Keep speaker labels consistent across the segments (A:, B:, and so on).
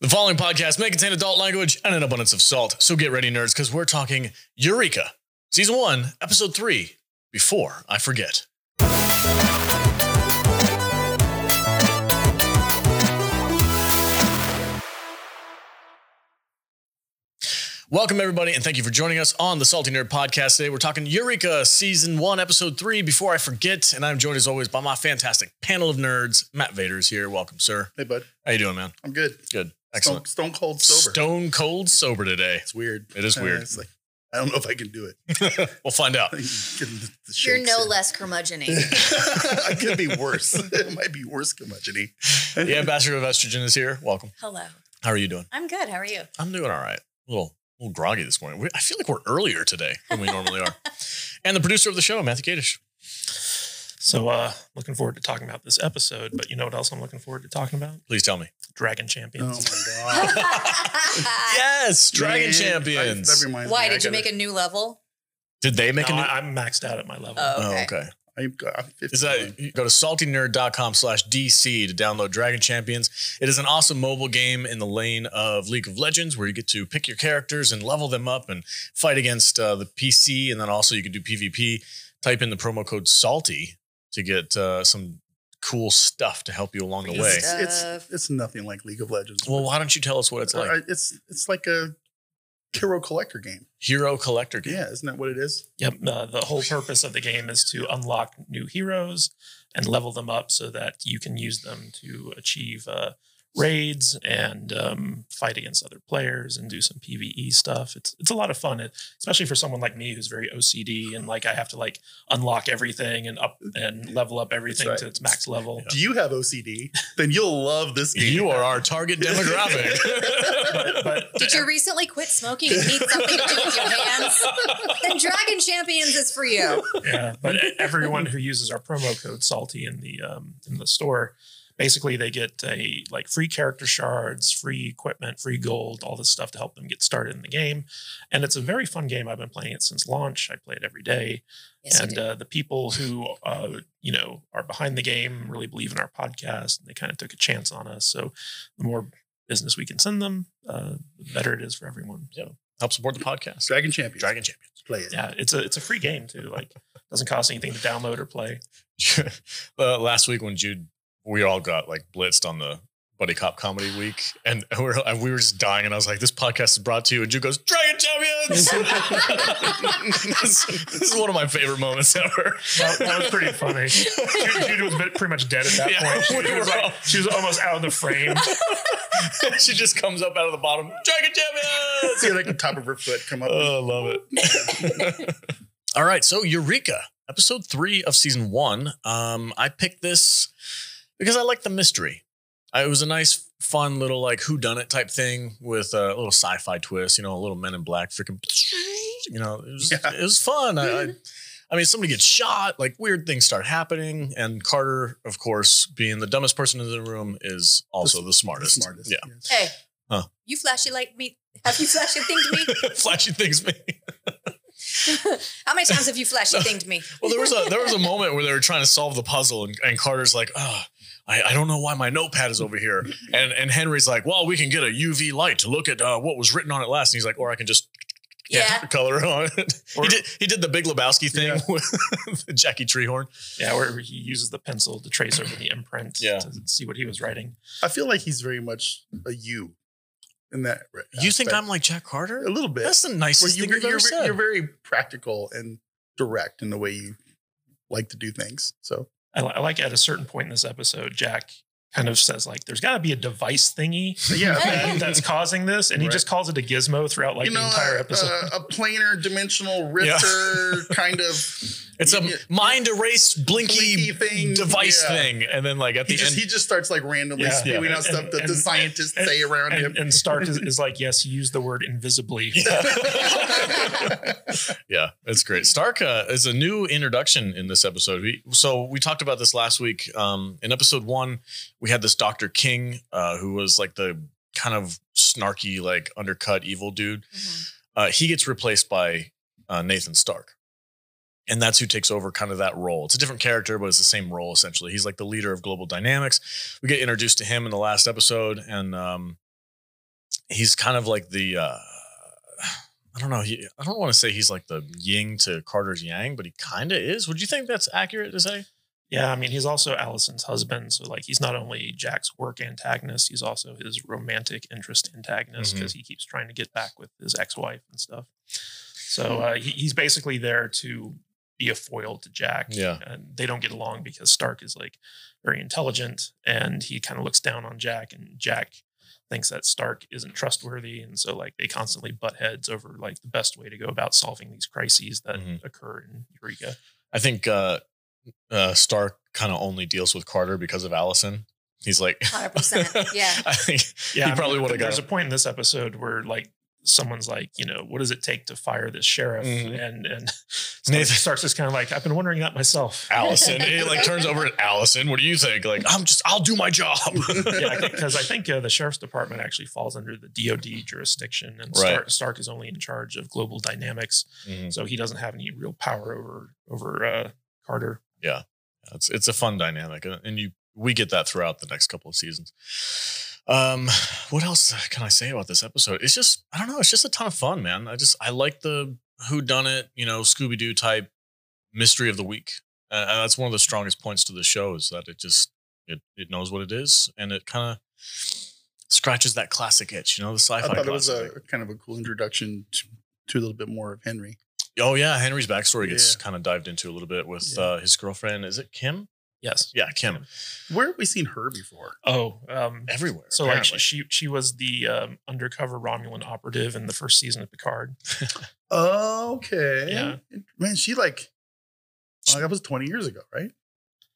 A: The following podcast may contain adult language and an abundance of salt, so get ready, nerds, because we're talking Eureka, Season 1, Episode 3, Before I Forget. Welcome, everybody, and thank you for joining us on the Salty Nerd Podcast today. We're talking Eureka Season 1, Episode 3, Before I Forget, and I'm joined, as always, by my fantastic panel of nerds. Matt Vader's here. Welcome, sir.
B: Hey, bud.
A: How you doing, man?
B: I'm good.
A: Good.
B: Stone,
A: Excellent.
B: stone cold sober.
A: Stone cold sober today.
B: It's weird.
A: It is
B: Uh,
A: weird.
B: it's like, I don't know if I can do it.
A: We'll find out.
B: Getting the- the
C: You're
B: shakes
C: no
B: in.
C: less curmudgeon
B: I could be worse. it might be worse, curmudgeon
A: The ambassador of estrogen is here. Welcome.
C: Hello.
A: How are you doing?
C: I'm good. How are you?
A: I'm doing all right. A little, a little groggy this morning. We, I feel like we're earlier today than we normally are. And the producer of the show, Matthew Kadish.
D: So, uh, looking forward to talking about this episode. But you know what else I'm looking forward to talking about?
A: Please tell me.
D: Dragon
B: Oh, my
D: Champions.
B: God.
A: Yes, Dragon
B: Man, I-
A: Champions.
B: that reminds
C: Why
B: me, I
C: did you make
B: gotta-
C: a new level?
A: Did they make
D: No,
A: a new?
D: I, am maxed out at my level.
C: Oh,
A: Oh,
C: okay.
A: okay.
B: I'm, I'm 51.
A: Is that you go to saltynerd.com slash DC to download Dragon Champions. It is an awesome mobile game in the lane of League of Legends where you get to pick your characters and level them up and fight against uh, the PC. And then also you can do PvP. Type in the promo code SALTY to get uh, some cool stuff to help you along the way.
B: It's, uh, it's, it's nothing like League of Legends.
A: Well, why don't you tell us what it's like?
B: Uh, it's, it's like a hero collector game.
A: Hero collector game.
B: Yeah, isn't that what it is?
D: Yep. Uh, the whole purpose of the game is to unlock new heroes and level them up so that you can use them to achieve uh, raids and um, fight against other players and do some PVE stuff. It's it's a lot of fun, it, especially for someone like me who's very OCD and like I have to like unlock everything and up and level up everything
B: right.
D: to its max level.
B: Do you have OCD? then you'll love this game.
A: You are our target demographic.
D: But, but
C: Did you recently quit smoking and need something to do with your hands? then Dragon Champions is for you.
D: yeah, but e, everyone who uses our promo code salty in the um, in the store, basically they get a like free character shards, free equipment, free gold, all this stuff to help them get started in the game. And it's a very fun game. I've been playing it since launch. I play it every day
C: Yes, you
D: and
C: do.
D: uh, the people who uh, you know are behind the game really believe in our podcast and they kind of took a chance on us so the more business we can send them uh, the better it is for everyone so
A: Help support the podcast.
B: Dragon Champions.
A: Dragon Champions.
B: Play it.
D: yeah it's a it's a free game too like doesn't cost anything to download or play
A: uh, last week when Jude, we all got like blitzed on the Buddy Cop Comedy Week, and we were, and we were just dying. And I was like, "This podcast is brought to you." And Jude goes, "Dragon Champions." this, this is one of my favorite moments ever.
D: that, that was pretty funny Jude, Jude was pretty much dead at that
A: Yeah,
D: point she,
A: we
D: was
A: were
D: like-
A: all-
D: she was almost out of the frame
A: she just comes up out of the bottom, Dragon Champions.
B: See, like the top of her foot come up.
A: Oh, I love it. All right, so Eureka, episode three of season one. Um, I picked this because I like the mystery. I, it was a nice, fun little like who done it type thing with a little sci-fi twist. You know, a little Men in Black freaking. You know, it was
B: Yeah.
A: it was fun. I, I, I mean, somebody gets shot, like weird things start happening, and Carter, of course, being the dumbest person in the room, is also the,
B: the
A: smartest.
B: smartest.
A: Yeah,
C: hey,
A: Huh.
C: you flashy like me. Have you flashy thinged me?
A: flashy things. Man.
C: How many times have you flashy thinged me?
A: Well, there was a there was a moment where they were trying to solve the puzzle, and, and Carter's like, "Ah, I, I don't know why my notepad is over here." And and Henry's like, "Well, we can get a UV light to look at uh, what was written on it last." And he's like, "Or I can just
C: Yeah.
A: color it on it."
D: Or-
A: he did he did the Big Lebowski thing with Jackie Treehorn.
D: yeah where he uses the pencil to trace over the imprint
A: Yeah.
D: to see what he was writing
B: I feel like he's very much a you. in that. re-
A: You think
B: aspect.
A: I'm like Jack Carter?
B: a little bit?
A: That's the
B: Where
A: nicest
B: you,
A: thing you've
B: are
A: ever said.
B: you're very practical and direct in the way you like to do things. So
D: I, li- I like at a certain point in this episode, Jack kind of says like, "There's got to be a device thingy
B: yeah,
D: that- that's causing this," and he
B: Right.
D: just calls it a gizmo throughout like
B: you know, uh,
D: the entire
B: a-
D: episode.
B: A, a planar dimensional
A: Yeah.
B: rifter kind of
A: it's a
B: you-
A: mind erase blinky,
B: Blinky thing,
A: device
B: yeah.
A: thing, and then like at
B: he
A: the
B: just
A: end,
B: he just starts like randomly
D: Yeah.
B: spewing
D: Yeah.
B: out stuff that
D: And-
B: the
D: and-
B: scientists
D: and-
B: say around
D: and,
B: him.
D: and Stark is, is like, "Yes, use the word invisibly."
A: yeah, it's great. Stark uh, is a new introduction in this episode. We, so we talked about this last week. Um, in episode one, we had this Doctor King, uh, who was like the kind of snarky, like undercut evil dude. Uh, he gets replaced by uh, Nathan Stark. And that's who takes over kind of that role. It's a different character, but it's the same role essentially. He's like the leader of Global Dynamics. We get introduced to him in the last episode, and um, he's kind of like the uh, I don't know. He, I don't want to say he's like the yin to Carter's yang, but he kind of is. Would you think that's accurate to say?
D: yeah, I mean, he's also Allison's husband, so like, he's not only Jack's work antagonist, he's also his romantic interest antagonist
A: Mhm.
D: because he keeps trying to get back with his ex-wife and stuff. So uh, he, he's basically there to be a foil to Jack.
A: Yeah.
D: and they don't get along because Stark is like very intelligent, and he kind of looks down on Jack, and Jack thinks that Stark isn't trustworthy, and so like they constantly butt heads over like the best way to go about solving these crises that
A: Mhm.
D: occur in Eureka.
A: I think uh, uh, Stark kind of only deals with Carter because of Allison. He's like,
C: 100%, yeah.
A: I think
D: Yeah,
A: He probably would've got
D: There's
A: it.
D: a point in this episode where like someone's like, you know, what does it take to fire this sheriff?
A: Mhm.
D: And and Stark,
A: Nathan-
D: Stark's just kind of like, I've been wondering that myself.
A: Allison. It like turns over at Allison. What do you think? Like, I'm just, I'll do my job.
D: yeah, because I think uh, the sheriff's department actually falls under the DoD jurisdiction, and
A: Right.
D: Stark, Stark is only in charge of global dynamics,
A: Mhm.
D: so he doesn't have any real power over over uh, Carter.
A: It's it's a fun dynamic, uh, and you we get that throughout the next couple of seasons. Um, what else can I say about this episode? It's just I don't know. It's just a ton of fun, man. I just I like the who done it, you know, Scooby Doo type mystery of the week. Uh, and that's one of the strongest points to the show is that it just it it knows what it is and it kind of scratches that classic itch, you know, the sci-fi.
B: I thought it was a
A: classic itch.
B: kind of a cool introduction to, to a little bit more of Henry.
A: oh yeah, Henry's backstory gets
B: Yeah.
A: kind of dived into a little bit with
B: Yeah.
A: uh, his girlfriend. Is it Kim?
D: Yes.
A: Yeah, Kim.
B: Where have we seen her before?
D: Oh, um,
A: Everywhere.
D: so like
A: apparently.
D: she, she she was the um, undercover Romulan operative in the first season of Picard.
B: Okay.
D: Yeah.
B: Man, she like, oh, that was 20 years ago, right?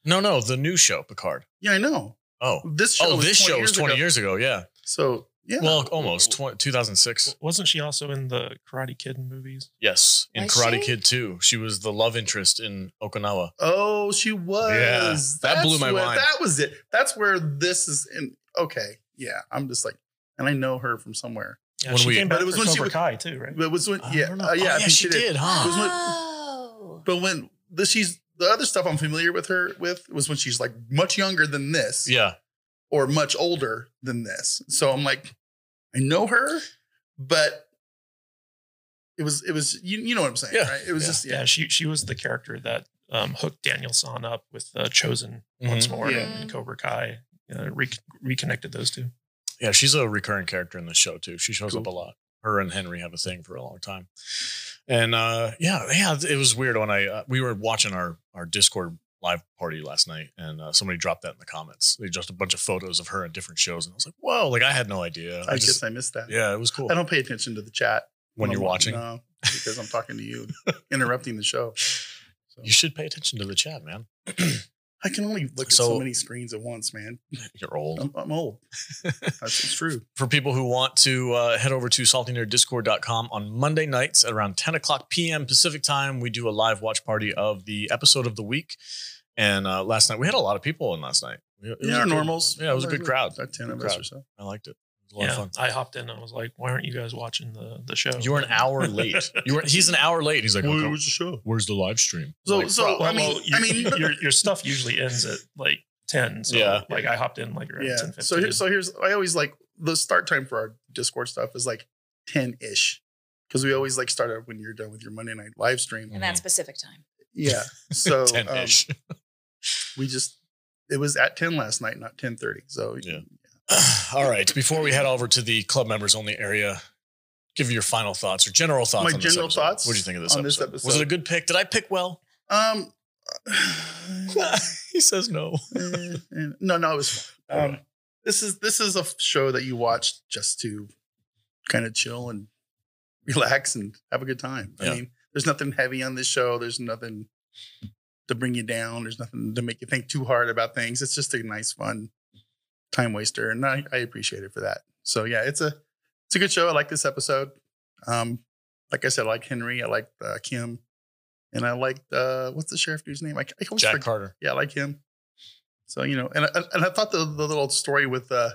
A: no, no, the new show, Picard.
B: Yeah, I know.
A: Oh.
B: This show
A: Oh,
B: was
A: this
B: 20
A: show
B: years
A: was 20
B: ago.
A: years ago. Yeah.
B: So, yeah.
A: Well, oh almost. Tw- 2006.
D: W- Wasn't she also in the Karate Kid movies?
A: Yes. In
C: Was
A: Karate
C: she?
A: Kid 2. She was the love interest in Okinawa.
B: oh, she was.
A: Yeah, that blew
B: That's
A: my
B: where-
A: mind.
B: That was it. That's where this is in. Okay. Yeah. I'm just like, and I know her from somewhere.
D: Yeah,
A: When
D: she
A: we-
D: came
B: But
D: back
B: it was
D: for
B: when she
D: Cobra
B: was-
D: Kai too, right?
B: But it was when,
A: I
B: yeah.
A: don't know.
B: uh, yeah.
A: Oh,
B: I think
A: she did, huh?
B: was what-
C: Oh.
B: But when the, she's the other stuff I'm familiar with her with was when she's like much younger than this
A: Yeah.
B: or much older than this. So I'm like, I know her, but it was it was you you know what I'm saying,
A: Yeah.
B: right? It was
A: Yeah.
B: just
D: yeah.
B: yeah.
D: she she was the character that um, hooked Daniel San up with uh, Chosen once
A: Mhm.
D: more
B: Yeah.
D: in, in Cobra Kai. Uh, re- reconnected those two.
A: Yeah. She's a recurring character in the show, too. She shows
B: Cool.
A: up a lot. Her and Henry have a thing for a long time. And uh, yeah, yeah, it was weird when I, uh, we were watching our, our Discord live party last night and uh, somebody dropped that in the comments. They just a bunch of photos of her in different shows. And I was like, whoa, like I had no idea.
B: I,
A: I just,
B: guess I missed that.
A: yeah, it was cool
B: I don't pay attention to the chat
A: when you're
B: I'm-
A: watching.
B: No, because I'm talking to you, interrupting the show. So
A: You should pay attention to the chat, man.
B: I can only look at so,
A: So-
B: many screens at once, man.
A: You're old.
B: I'm, I'm old. That's it's true.
A: for people who want to uh, head over to saltynerddiscord.com on Monday nights at around 10 o'clock p.m. Pacific time. We do a live watch party of the episode of the week. And uh, last night, we had a lot of people in last night. It was
B: Yeah,
A: a good-
B: normals.
A: yeah, it was a good crowd.
B: About ten of
A: Good
B: us
A: crowd.
B: or so.
A: I liked it. It was a lot
D: Yeah,
A: of fun.
D: I hopped in and I was like, "Why aren't you guys watching the the show?"
A: You were an hour late. You were, he's an hour late. He's like,
B: Where
A: "Okay,
B: was the show?
A: where's the live stream?
B: So,
A: Like,
B: so I
D: Well,
B: mean,
D: well, you-
B: I mean,
D: your your stuff usually ends at like ten. So
A: Yeah.
D: like I hopped in like around
B: yeah.
D: ten fifteen.
B: So here's so here's I always like the start time for our Discord stuff is like ten ish because we always like start out when you're done with your Monday night live stream.
A: mm-hmm.
C: And
A: Mm.
C: that specific time.
B: Yeah. So
A: 10
B: um,
A: ish.
B: we just it was at ten last night, not ten thirty. So
A: Yeah. All right. Before we head over to the club members only area, give your final thoughts or general thoughts.
B: My
A: on this
B: general
A: episode.
B: thoughts
A: What do you think of this,
B: on
A: episode?
B: this
A: Was
B: episode?
A: it a good pick? Did I pick well?
B: Um,
A: he says no.
B: eh, eh, no, no, it was fun. Um, this is this is a f- show that you watch just to kind of chill and relax and have a good time.
A: Yeah.
B: I mean, there's nothing heavy on this show. There's nothing to bring you down. There's nothing to make you think too hard about things. It's just a nice, fun time waster, and I, I appreciate it for that. So yeah, it's a it's a good show. I like this episode. Um, like I said, I like Henry. I like uh, Kim, and I liked uh, what's the sheriff dude's name? I, I always
A: Jack
B: forget
A: Carter.
B: yeah, I like him. So you know, and I, and I thought the, the little story with uh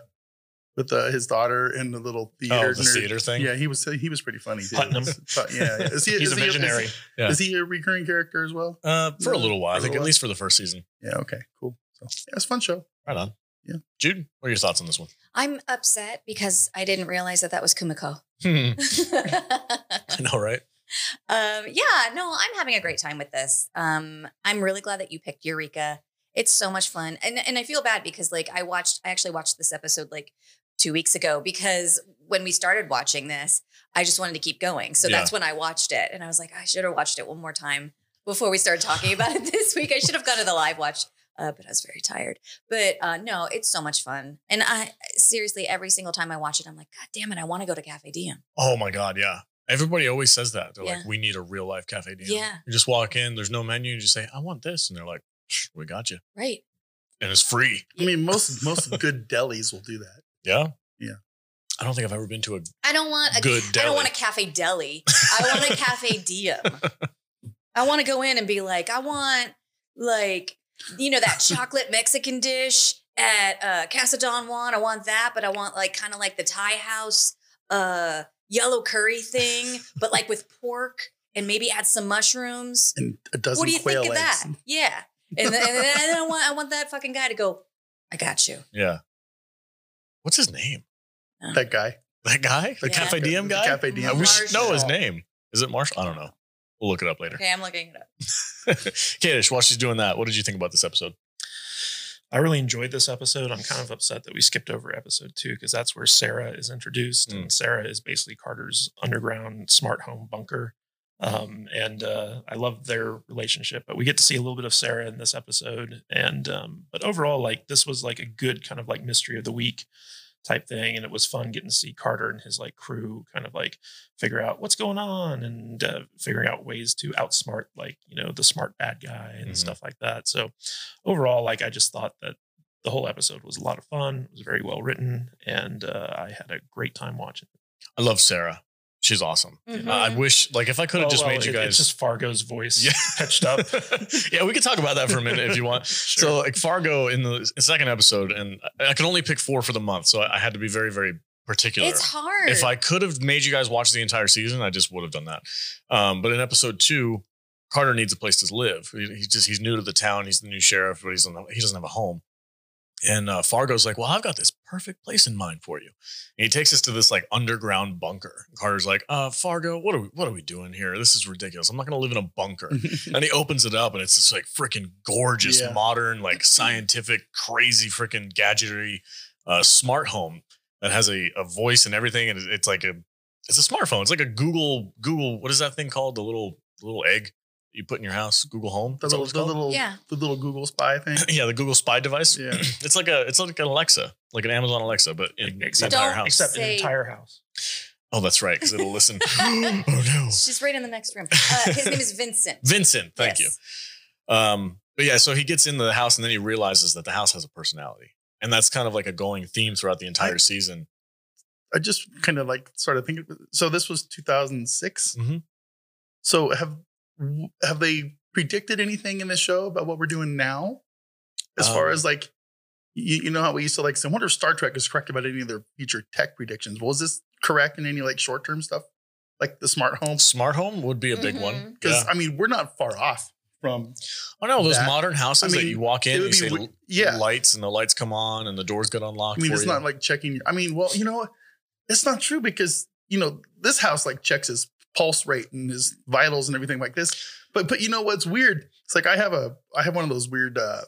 B: with uh, his daughter and the little theater,
A: Oh, the
B: nerd-
A: theater thing?
B: Yeah, he was he was pretty funny. Too.
D: Putnam.
B: But, yeah, yeah. Is he,
D: He's
B: is
D: a
B: he- is-
D: visionary.
A: Yeah.
B: Is, he a recurring character as well?
A: Uh, for a little while, I
B: For a
A: think,
B: little
A: at least for the first season.
B: Yeah. Okay. Cool. So yeah, it's a fun show.
A: Right on.
B: Yeah.
A: Jude, what are your thoughts on this one?
C: I'm upset because I didn't realize that that was Kumiko.
A: Hmm.
C: um,
A: I know, right?
C: yeah, no, I'm having a great time with this. Um, I'm really glad that you picked Eureka. It's so much fun, and and I feel bad because like I watched, I actually watched this episode like two weeks ago because when we started watching this, I just wanted to keep going, so that's when I watched it, and I was like, I should have watched it one more time before we started talking about it this week. I should have gone to the live watch. Uh, but I was very tired. But uh, no, it's so much fun, and I seriously every single time I watch it, I'm like, God damn it, I want to go to Cafe Diem.
A: Oh my God. Yeah. Everybody always says that. They're like,
C: Yeah.
A: we need a real life cafe DM.
C: Yeah.
A: You just walk in, there's no menu, you just say, I want this. And they're like, "Psh, we got you.
C: Right.
A: And it's free.
B: I mean, most most good delis will do that.
A: Yeah.
B: Yeah.
A: I don't think I've ever been to a
C: I don't want a
A: Good
C: I
A: deli.
C: don't want a cafe deli. I want a cafe diem. I want to go in and be like, I want like you know that chocolate Mexican dish at uh, Casa Don Juan. I want that, but I want like kind of like the Thai house uh, yellow curry thing, but like with pork and maybe add some mushrooms.
B: And a dozen
C: What do you
B: quail
C: think of
B: eggs.
C: that? Yeah, and then, and then I want I want that fucking guy to go. I got you.
A: Yeah. What's his name?
B: That guy.
A: That guy? The
C: Yeah.
A: Cafe Diem
B: The
A: guy?
B: Cafe Diem.
A: I
B: guy.
A: wish should know his
C: Marshall.
A: name. Is it Marshall? I don't know. We'll look it up later.
C: Okay, I'm looking it up.
A: Kadish, while she's doing that, what did you think about this episode?
D: I really enjoyed this episode. I'm kind of upset that we skipped over episode two because that's where Sarah is introduced, and Sarah is basically Carter's underground smart home bunker. Um, and uh, I love their relationship, but we get to see a little bit of Sarah in this episode. And um, but overall, like this was like a good kind of like mystery of the week type thing, and it was fun getting to see Carter and his like crew kind of like figure out what's going on and uh, figuring out ways to outsmart like you know the smart bad guy and
A: Mhm.
D: stuff like that. So overall, like I just thought that the whole episode was a lot of fun. It was very well written, and uh, I had a great time watching. it.
A: I love Sarah. She's awesome.
C: Mhm.
A: I I wish, like, if I could have
D: Mm-hmm. Oh,
A: just
D: well,
A: made you
D: it-
A: guys
D: It's just Fargo's voice
A: Yeah.
D: pitched up.
A: yeah, we can talk about that for a minute if you want.
D: Sure.
A: So, like Fargo in the second episode, and I I could only pick four for the month, so I I had to be very, very particular.
C: It's hard.
A: If I could have made you guys watch the entire season, I just would have done that. Um, but in episode two, Carter needs a place to live. He, he just he's new to the town. He's the new sheriff, but he's on the, he doesn't have a home. And uh, Fargo's like, "Well, I've got this perfect place in mind for you." And he takes us to this like underground bunker. Carter's like, "Uh, Fargo, what are we what are we doing here? This is ridiculous. I'm not going to live in a bunker." and he opens it up, and it's this like freaking gorgeous,
B: Yeah.
A: modern, like scientific, crazy freaking gadgetry uh, smart home that has a, a voice and everything, and it- it's like a it's a smartphone. It's like a Google Google. What is that thing called? The little little egg that you put in your house. Google Home.
B: The
A: Is that
B: little
A: what it's
B: the
A: called?
B: little
C: Yeah.
B: the little Google spy thing.
A: yeah, the Google Spy device.
B: Yeah.
A: It's like a it's like an Alexa, like an Amazon Alexa, but in the
D: Except-
A: entire
C: Don't
A: house.
D: Except an
C: Say-
D: entire house.
A: oh, that's right, because it'll listen. oh no,
C: She's right in the next room. Uh, his name is Vincent.
A: Vincent. Thank
C: Yes.
A: you. Um, but yeah, so he gets into the house and then he realizes that the house has a personality, and that's kind of like a going theme throughout the entire season.
B: I just kind of like started thinking. So this was 2006.
A: Mhm.
B: So have have they predicted anything in the show about what we're doing now, as far
A: Um,
B: as like you, you know how we used to like say, I wonder if Star Trek is correct about any of their future tech predictions. Well, is this correct in any like short term stuff, like the smart home?
A: Smart home would be a big one
B: Because I mean, we're not far off from.
A: Oh no, those
B: that-
A: modern houses
B: I
A: that
B: mean,
A: you walk in,
B: it
A: and
B: would
A: you
B: be
A: say
B: w-
A: l-
B: yeah.
A: lights, and the lights come on, and the doors get unlocked.
B: I mean,
A: for
B: it's
A: you.
B: not like checking. I mean, well, you know, it's not true because you know this house like checks his pulse rate and his vitals and everything like this. But but you know what's weird? It's like I have a I have one of those weird uh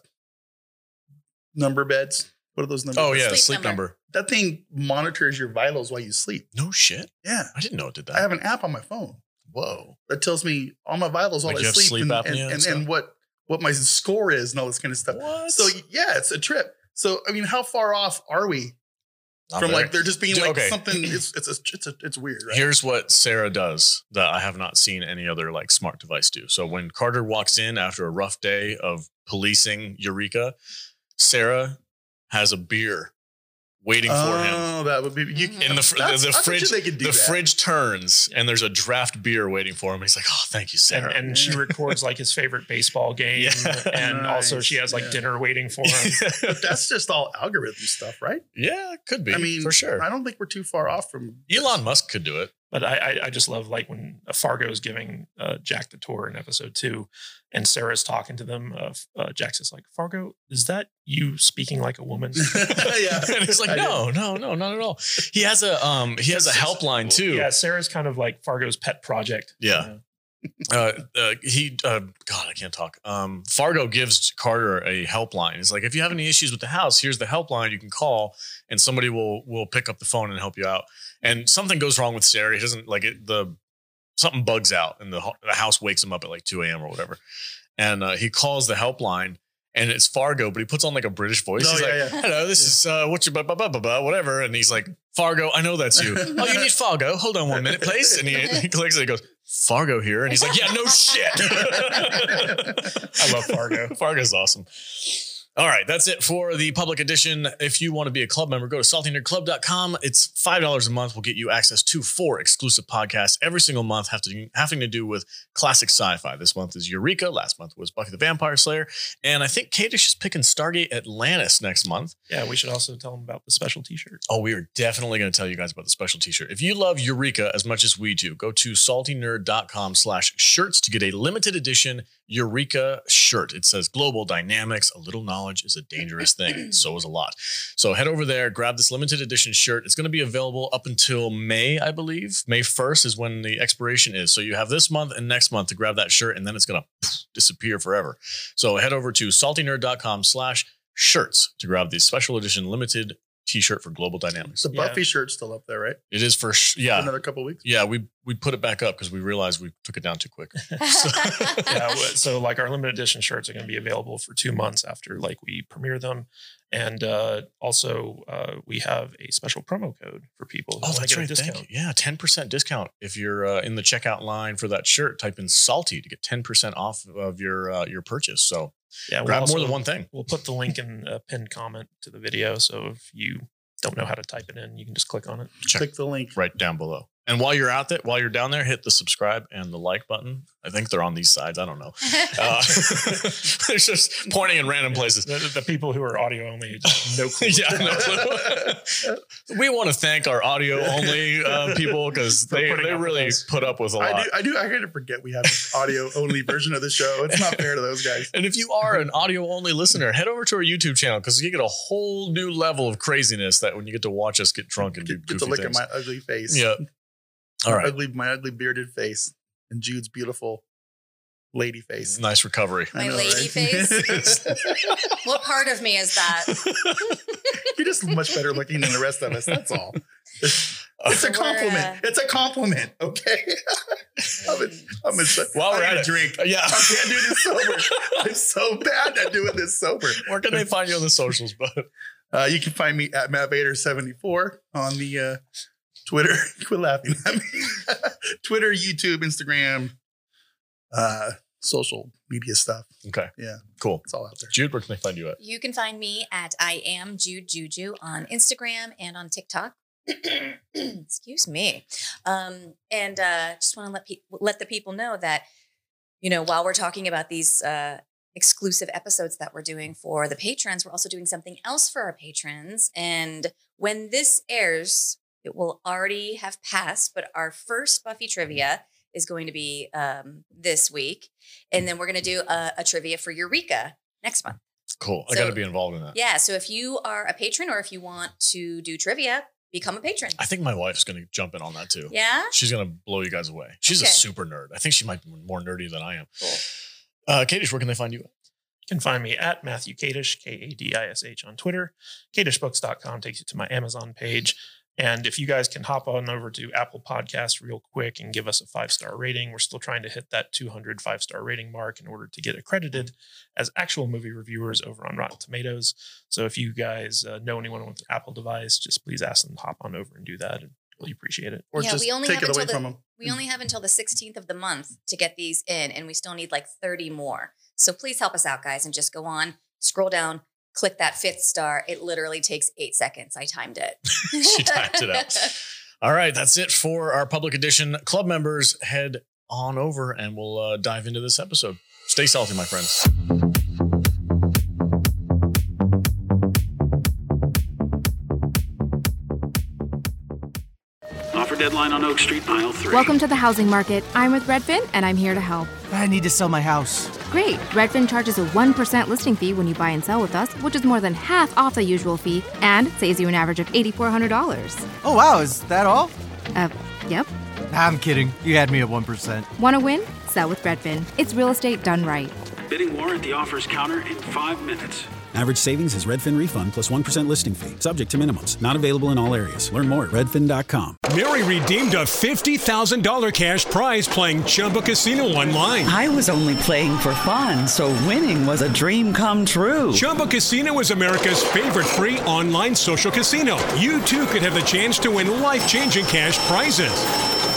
B: number beds. What are those number?
A: oh
B: beds?
A: yeah,
C: Sleep
A: sleep number.
C: number.
B: That thing monitors your vitals while you sleep.
A: No shit.
B: Yeah.
A: I didn't know it did that.
B: I have an app on my phone
A: Whoa.
B: that tells me all my vitals while
A: Like
B: I
A: you have
B: sleep,
A: sleep
B: and,
A: apnea
B: and,
A: and
B: and,
A: stuff?
B: and what what my score is and all this kind of stuff.
A: What?
B: So yeah, it's a trip. So I mean, how far off are we
A: I'm
B: from
A: there.
B: like they're just being
A: Do-
B: like
A: okay.
B: something? It's it's a, it's a, it's weird, right?
A: Here's what Sarah does that I have not seen any other like smart device do. So when Carter walks in after a rough day of policing Eureka, Sarah has a beer waiting for him.
B: oh, that would be you.
C: Mhm.
A: In the, fr-
B: That's-
A: the
B: I bet you
A: fridge,
B: they could do
A: the
B: that.
A: fridge turns and there's a draft beer waiting for him. He's like, "Oh, thank you,
D: And,
A: Sarah."
D: and she records like his favorite baseball game,
A: Yeah.
D: and also she has like
B: Nice. Yeah.
D: dinner waiting for him.
B: But that's just all algorithm stuff, right?
A: yeah, it could be.
B: I mean,
A: for sure.
B: I don't think we're too far off from
A: Elon Musk could do it.
D: But I, I, I just love like when uh, Fargo's giving uh, Jack the tour in episode two, and Sarah's talking to them. Uh, F- uh, Jack's just like, Fargo, is that you speaking like a woman?
B: yeah,
A: and he's
B: I
A: like, "No, no, no, not at all." He has a um, he has a helpline too.
D: yeah, Sarah's kind of like Fargo's pet project.
A: Yeah.
D: You know?
A: uh, uh, he, uh, God, I can't talk. Um, Fargo gives Carter a helpline. He's like, if you have any issues with the house, here's the helpline. You can call, and somebody will will pick up the phone and help you out. And something goes wrong with Sarah. He doesn't like it. The something bugs out, and the ho- the house wakes him up at like two a.m. or whatever. And uh, he calls the helpline, and it's Fargo, but he puts on like a British voice.
B: No,
A: he's
B: Oh, yeah,
A: like,
B: yeah.
A: hello, this is uh, what's your blah, blah, blah, blah, blah, whatever. And he's like, Fargo, I know that's you. oh, you need Fargo. Hold on one minute, please. And he, he clicks it and he goes, Fargo here. And he's like, yeah, no shit. I love Fargo. Fargo's awesome. All right, that's it for the public edition. If you want to be a club member, go to saltynerdclub.com. It's $5 a month. will get you access to four exclusive podcasts every single month have to, having to do with classic sci fi. This month is Eureka. Last month was Buffy the Vampire Slayer. And I think Kadish is picking Stargate Atlantis next month.
D: Yeah, we should also tell them about the special T-shirt.
A: Oh, we are definitely going to tell you guys about the special t-shirt. If you love Eureka as much as we do, go to saltynerd.com slash shirts to get a limited edition Eureka shirt. It says global dynamics. A little knowledge is a dangerous thing. so is a lot. So head over there, grab this limited edition shirt. It's going to be available up until May, I believe. May 1st is when the expiration is. So you have this month and next month to grab that shirt and then it's going to disappear forever. So head over to saltynerd.com slash shirts to grab the special edition limited t-shirt for global dynamics
B: the
D: Yeah.
B: Buffy shirt's still up there, right?
A: it is for sh- yeah
B: Another couple weeks.
A: yeah we we put it back up because we realized we took it down too quick
D: yeah, w- so like our limited edition shirts are going to be available for two months after like we premiere them, and uh, also uh, we have a special promo code for people who
A: oh
D: want to
A: that's
D: get
A: right
D: a discount.
A: thank you yeah 10% discount if you're uh, in the checkout line for that shirt type in salty to get 10% off of your uh, your purchase so
D: Yeah, we'll
A: grab
D: also-
A: more than one thing
D: We'll put the link in a pinned comment to the video, so if you don't know how to type it in, you can just click on it.
A: Check.
B: Click the link.
A: right down below and while you're out there while you're down there hit the subscribe and the like button i think they're on these sides i don't know uh, they're just pointing in random places
D: The, the people who are audio only, just no clue.
A: yeah, no clue. we want to thank our audio only uh, people because
D: For
A: they,
D: putting
A: they
D: up with
A: really
D: us.
A: put up with a
B: I
A: lot.
B: do. I do. I kind of forget we have an audio only version of the show. It's not fair to those guys.
A: And if you are an audio only listener, head over to our YouTube channel because you get a whole new level of craziness that when you get to watch us get drunk and do
B: Get,
A: goofy
B: get to look
A: things.
B: at my ugly face.
A: yeah. All right.
B: Ugly, my ugly bearded face, and Jude's beautiful lady face.
A: Nice recovery.
B: I
C: My
B: know,
C: lady face? what part of me is that?
B: You're just much better looking than the rest of us. That's all. It's a
C: We're, uh,
B: compliment. It's a compliment. Okay. I'm in, I'm in,
A: While we're
B: I
A: at
B: need a
A: it.
B: drink.
A: Yeah.
B: I can't do this sober. I'm so bad at doing this sober.
A: Where can they find you on the socials, bud?
B: Uh, you can find me at Matt Vader 74 on the uh, Twitter. Quit laughing at me. Twitter, YouTube, Instagram, uh, social media stuff.
A: Okay.
B: Yeah.
A: Cool.
B: It's all out there.
A: Jude, where can they find you at?
C: You can find me at I am Jude Juju on Instagram and on TikTok. Excuse me. Um, and uh, just want to let pe- let the people know that you know while we're talking about these uh, exclusive episodes that we're doing for the patrons, we're also doing something else for our patrons. And when this airs, it will already have passed. But our first Buffy trivia is going to be um, this week, and then we're going to do a, a trivia for Eureka next month.
A: Cool. I
C: So-
A: got to be involved in that.
C: Yeah. So if you are a patron or if you want to do trivia, become a patron.
A: I think my wife's going to jump in on that too.
C: Yeah.
A: She's gonna blow you guys away. She's a
C: Okay.
A: super nerd. I think she might be more nerdy than I am.
C: Cool.
A: Uh, Katie, where can they find you?
D: You can find me at Matthew Kadish, K A D I S H, on Twitter. KadishBooks.com takes you to my Amazon page. And if you guys can hop on over to Apple Podcasts real quick and give us a five star rating, we're still trying to hit that 200 five star rating mark in order to get accredited as actual movie reviewers over on Rotten Tomatoes. So if you guys uh, know anyone with an Apple device, just please ask them to hop on over and do that. I'd really appreciate it.
B: Or
C: Yeah,
B: just
C: we only
B: take
C: have
B: it away
C: until the-
B: from them.
C: We
A: Mm.
C: only have until the 16th of the month to get these in, and we still need like 30 more. So please help us out, guys, and just go on, scroll down, click that fifth star. It literally takes eight seconds. I timed it.
E: she typed it out. All right, that's it for our public edition. Club members, head on over and we'll uh, dive into this episode. Stay salty, my friends.
F: Offer deadline on Oak Street, aisle three.
G: Welcome to the housing market. I'm with Redfin, and I'm here to help.
H: I need to sell my house.
G: Great. Redfin charges a 1% listing fee when you buy and sell with us, which is more than half off the usual fee and saves you an average of $8,400.
H: Oh, wow, is that all?
G: Uh, yep.
H: I'm kidding. You had me at 1%.
G: Want to win? Sell with Redfin. It's real estate done right.
F: Bidding war at the offers counter in five minutes.
I: Average savings is Redfin refund plus 1% listing fee. Subject to minimums. Not available in all areas. Learn more at redfin.com.
A: Mary redeemed a $50,000 cash prize playing Chumba Casino online.
H: I was only playing for fun, so winning was a dream come true.
A: Chumba Casino is America's favorite free online social casino. You too could have the chance to win life changing cash prizes.